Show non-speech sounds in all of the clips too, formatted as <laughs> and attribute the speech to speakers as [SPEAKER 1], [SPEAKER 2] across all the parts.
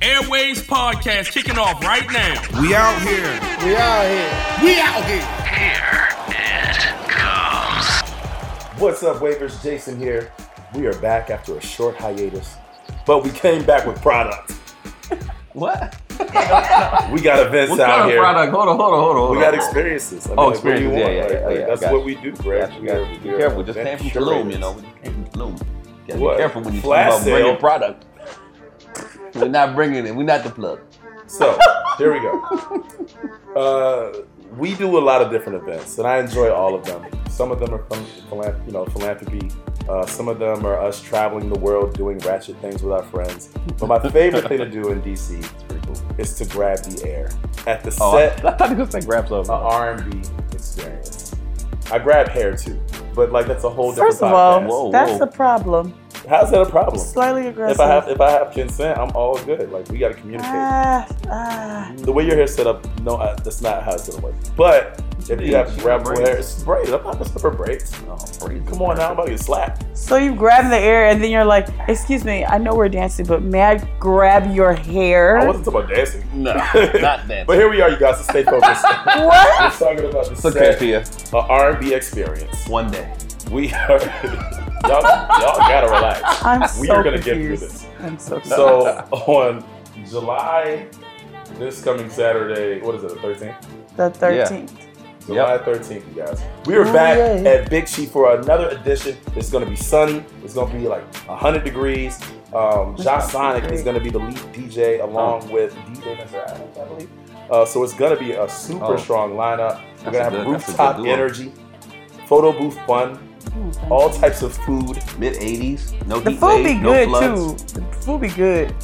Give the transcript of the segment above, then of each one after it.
[SPEAKER 1] Airways podcast kicking off right now.
[SPEAKER 2] We out here.
[SPEAKER 3] We out here. We out here.
[SPEAKER 4] What's up, waivers? Jason here. We are back after a short hiatus, but we came back with product.
[SPEAKER 5] What?
[SPEAKER 4] We got events
[SPEAKER 5] What
[SPEAKER 4] out
[SPEAKER 5] kind of
[SPEAKER 4] here.
[SPEAKER 5] product? Hold on, hold on, hold on. Hold
[SPEAKER 4] We
[SPEAKER 5] on.
[SPEAKER 4] got experiences. I mean,
[SPEAKER 5] Oh,
[SPEAKER 4] like, what do you
[SPEAKER 5] experiences, yeah,
[SPEAKER 4] want?
[SPEAKER 5] yeah,
[SPEAKER 4] Like,
[SPEAKER 5] yeah,
[SPEAKER 4] like,
[SPEAKER 5] yeah,
[SPEAKER 4] That's
[SPEAKER 5] got
[SPEAKER 4] what
[SPEAKER 5] you.
[SPEAKER 4] we do,
[SPEAKER 5] Got
[SPEAKER 4] Greg.
[SPEAKER 5] you,
[SPEAKER 4] We
[SPEAKER 5] got
[SPEAKER 4] are-
[SPEAKER 5] you.
[SPEAKER 4] we
[SPEAKER 5] Be
[SPEAKER 4] are
[SPEAKER 5] careful. Just came
[SPEAKER 4] event
[SPEAKER 5] from Tulum, you
[SPEAKER 4] curators.
[SPEAKER 5] know. We just came from Tulum. Gotta
[SPEAKER 4] What?
[SPEAKER 5] be careful when you talk
[SPEAKER 4] Flash
[SPEAKER 5] about
[SPEAKER 4] sale?
[SPEAKER 5] bringing product. <laughs> We're not bringing it. We're not the plug.
[SPEAKER 4] So here we go. Uh, we do a lot of different events, and I enjoy all of them. Some of them are from philan- you know philanthropy. Uh, some of them are us traveling the world doing ratchet things with our friends. But my favorite thing to do in DC is to grab the air at the
[SPEAKER 5] Oh,
[SPEAKER 4] set
[SPEAKER 5] I, I thought you was gonna say grab
[SPEAKER 4] an
[SPEAKER 5] something.
[SPEAKER 4] R&B experience. I grab hair too, but like that's a whole
[SPEAKER 6] First of
[SPEAKER 4] different
[SPEAKER 6] all,
[SPEAKER 4] podcast.
[SPEAKER 5] Whoa,
[SPEAKER 6] that's
[SPEAKER 5] whoa.
[SPEAKER 6] a problem.
[SPEAKER 4] How's that a problem?
[SPEAKER 6] Slightly aggressive.
[SPEAKER 4] If I have if I have consent, I'm all good. Like we got to communicate.
[SPEAKER 6] ah, ah.
[SPEAKER 4] The way your hair's set up, no, I, that's not how it's gonna work. But if you
[SPEAKER 5] mean?
[SPEAKER 4] have
[SPEAKER 5] She got
[SPEAKER 4] grabbable hair,
[SPEAKER 5] braids.
[SPEAKER 4] it's braids. I'm not just for braids.
[SPEAKER 5] Oh,
[SPEAKER 4] Come on now, I'm about to get slapped.
[SPEAKER 6] So you grab in the air and then you're like, "Excuse me, I know we're dancing, but may I grab your hair?"
[SPEAKER 4] I wasn't talking about dancing. <laughs>
[SPEAKER 5] No, not that.
[SPEAKER 4] But here we are, you guys. So stay focused.
[SPEAKER 6] what?
[SPEAKER 4] We're talking about the
[SPEAKER 5] it's okay,
[SPEAKER 4] set,
[SPEAKER 5] Pia.
[SPEAKER 4] a R&B experience.
[SPEAKER 5] One day.
[SPEAKER 4] <laughs> We are y'all. Y'all gotta relax.
[SPEAKER 6] I'm
[SPEAKER 4] <laughs> We
[SPEAKER 6] so
[SPEAKER 4] are gonna get through
[SPEAKER 6] confused.
[SPEAKER 4] this.
[SPEAKER 6] I'm so confused.
[SPEAKER 4] So on July, this coming Saturday, what is it, the 13th?
[SPEAKER 6] the 13th.
[SPEAKER 4] July 13th, you guys. We are back
[SPEAKER 6] yeah.
[SPEAKER 4] at Big Chief for another edition. It's going to be sunny. It's going to be like 100 degrees. Um, Josh Sonic is going to be the lead DJ along
[SPEAKER 5] Oh.
[SPEAKER 4] with DJ Mr. Adams, I believe. Uh, so it's going to be a super
[SPEAKER 5] Oh.
[SPEAKER 4] strong lineup. We're
[SPEAKER 5] That's a
[SPEAKER 4] going to have
[SPEAKER 5] good- that's a good
[SPEAKER 4] rooftop
[SPEAKER 5] duo.
[SPEAKER 4] energy, photo booth fun, all types of food,
[SPEAKER 5] Mid 80s. No
[SPEAKER 6] The
[SPEAKER 5] heat
[SPEAKER 6] food be
[SPEAKER 5] waves, no
[SPEAKER 6] good
[SPEAKER 5] floods.
[SPEAKER 6] too. The food be good.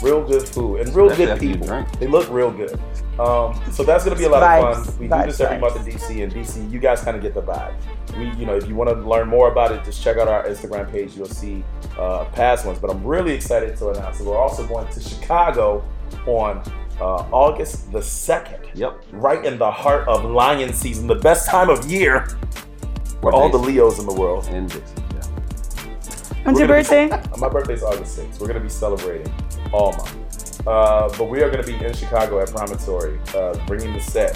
[SPEAKER 4] real good food, and real
[SPEAKER 5] Especially
[SPEAKER 4] good
[SPEAKER 5] after you
[SPEAKER 4] people.
[SPEAKER 5] drink.
[SPEAKER 4] They look real good. Um, so that's gonna be a lot of
[SPEAKER 6] Vibes,
[SPEAKER 4] fun. We do
[SPEAKER 6] vibes,
[SPEAKER 4] this every
[SPEAKER 6] vibes.
[SPEAKER 4] month in DC, and DC, you guys kind of get the vibe. We, you know, if you want to learn more about it, just check out our Instagram page. You'll see uh, past ones. But I'm really excited to announce that we're also going to Chicago on uh, August the second.
[SPEAKER 5] Yep.
[SPEAKER 4] Right in the heart of lion season, the best time of year for all the Leos in the world.
[SPEAKER 5] And Dixie. Yeah.
[SPEAKER 6] When's your
[SPEAKER 4] We're gonna be- <laughs>
[SPEAKER 6] birthday?
[SPEAKER 4] Uh, My birthday's August 6th. We're going to be celebrating all month. Uh, but we are going to be in Chicago at Promontory, uh, bringing the set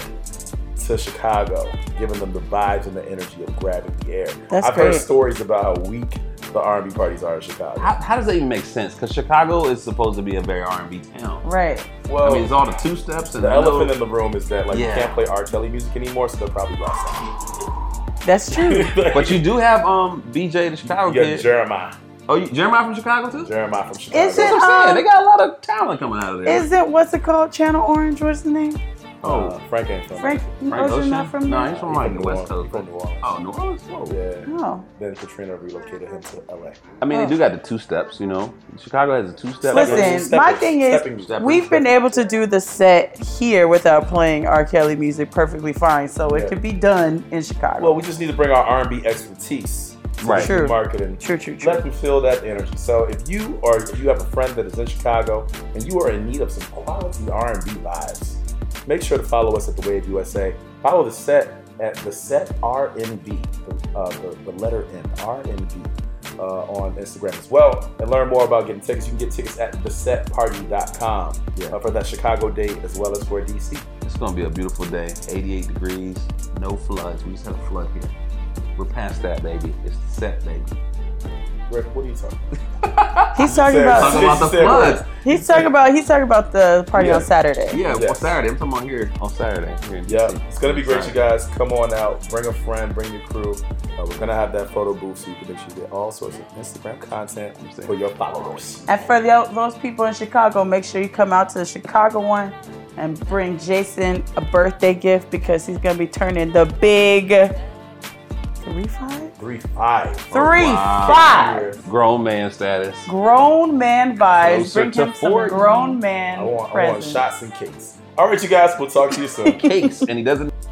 [SPEAKER 4] to Chicago, giving them the vibes and the energy of grabbing the air.
[SPEAKER 6] That's
[SPEAKER 4] I've heard
[SPEAKER 6] great.
[SPEAKER 4] stories about how weak the R&B parties are in Chicago.
[SPEAKER 5] How, how does that even make sense? Because Chicago is supposed to be a very R&B town.
[SPEAKER 6] right.
[SPEAKER 4] well,
[SPEAKER 5] I mean, it's all the two steps and
[SPEAKER 4] the
[SPEAKER 5] I know-
[SPEAKER 4] elephant in the room is that like
[SPEAKER 5] Yeah.
[SPEAKER 4] you can't play R. Kelly music anymore, so they'll probably rock
[SPEAKER 5] <laughs>
[SPEAKER 4] <laughs>
[SPEAKER 6] That's true.
[SPEAKER 5] But you do have um BJ the Chicago
[SPEAKER 4] you got
[SPEAKER 5] kid.
[SPEAKER 4] Jeremiah,
[SPEAKER 5] oh, you, Jeremiah from Chicago too.
[SPEAKER 4] Jeremiah from Chicago.
[SPEAKER 6] Is
[SPEAKER 5] That's
[SPEAKER 6] it-
[SPEAKER 5] what I'm saying.
[SPEAKER 6] Um,
[SPEAKER 5] They got a lot of talent coming out of there.
[SPEAKER 6] Is it what's it called? Channel Orange? What's the name?
[SPEAKER 4] Oh, Frank ain't from
[SPEAKER 6] Frank?
[SPEAKER 5] Frank
[SPEAKER 6] Ocean?
[SPEAKER 5] Ocean?
[SPEAKER 6] Not from
[SPEAKER 5] No,
[SPEAKER 6] there?
[SPEAKER 5] he's
[SPEAKER 4] He's
[SPEAKER 5] from like the
[SPEAKER 4] New
[SPEAKER 5] West
[SPEAKER 4] Orleans. From
[SPEAKER 5] Coast.
[SPEAKER 4] New Orleans.
[SPEAKER 5] Oh, New Orleans. Whoa.
[SPEAKER 4] Yeah.
[SPEAKER 6] No.
[SPEAKER 4] Then Katrina relocated him to LA.
[SPEAKER 5] I mean, they do got the two steps. You know, Chicago has the two steps.
[SPEAKER 6] Oh. Listen,
[SPEAKER 4] Stepping-
[SPEAKER 6] my thing is,
[SPEAKER 4] stepping-
[SPEAKER 5] stepping-
[SPEAKER 6] We've been able to do the set here without playing R. Kelly music perfectly fine, so
[SPEAKER 4] Yeah.
[SPEAKER 6] it could be done in Chicago.
[SPEAKER 4] Well, we just need to bring our R&B expertise to
[SPEAKER 5] Right.
[SPEAKER 4] the
[SPEAKER 6] True.
[SPEAKER 4] marketing.
[SPEAKER 6] true, true,
[SPEAKER 4] Let
[SPEAKER 6] true.
[SPEAKER 4] them feel that energy. So if you or if you have a friend that is in Chicago and you are in need of some quality R&B vibes, make sure to follow us at The Wave USA. Follow the set at the set RNB, the, uh, the, the letter N, RNB. Uh, on Instagram as well, and learn more about getting tickets. You can get tickets at thesetparty.com
[SPEAKER 5] Yeah.
[SPEAKER 4] uh, for that Chicago date as well as for DC.
[SPEAKER 5] It's gonna be a beautiful day. 88 degrees, no floods. We just had a flood here. We're past that, baby. It's the set,
[SPEAKER 4] <laughs>
[SPEAKER 5] baby.
[SPEAKER 4] Rick, what are you talking about?
[SPEAKER 6] He's talking
[SPEAKER 4] Sarah,
[SPEAKER 6] about
[SPEAKER 5] Talking about the
[SPEAKER 4] She said
[SPEAKER 5] floods.
[SPEAKER 6] he's talking about he's talking about the party
[SPEAKER 4] Yeah.
[SPEAKER 6] on Saturday.
[SPEAKER 5] Yeah,
[SPEAKER 4] Yes.
[SPEAKER 5] on Saturday. I'm talking about here on Saturday. Here in
[SPEAKER 4] Yeah,
[SPEAKER 5] DC.
[SPEAKER 4] it's gonna be great, you
[SPEAKER 5] Saturday.
[SPEAKER 4] guys. Come on out, bring a friend, bring your crew. Uh, we're gonna have that photo booth so you can make sure you get all sorts of Instagram content for your followers.
[SPEAKER 6] And for the, those people in Chicago, make sure you come out to the Chicago one and bring Jason a birthday gift because he's gonna be turning the big three five
[SPEAKER 4] Three five.
[SPEAKER 6] three
[SPEAKER 5] wow.
[SPEAKER 6] five
[SPEAKER 5] Grown man status.
[SPEAKER 6] grown man vibes.
[SPEAKER 5] Closer
[SPEAKER 6] Bring
[SPEAKER 5] to
[SPEAKER 6] him some
[SPEAKER 5] 40.
[SPEAKER 6] grown man
[SPEAKER 4] I want, I want
[SPEAKER 6] presents.
[SPEAKER 4] shots and cakes. All right, you guys. We'll talk to you soon.
[SPEAKER 5] Cakes, and he doesn't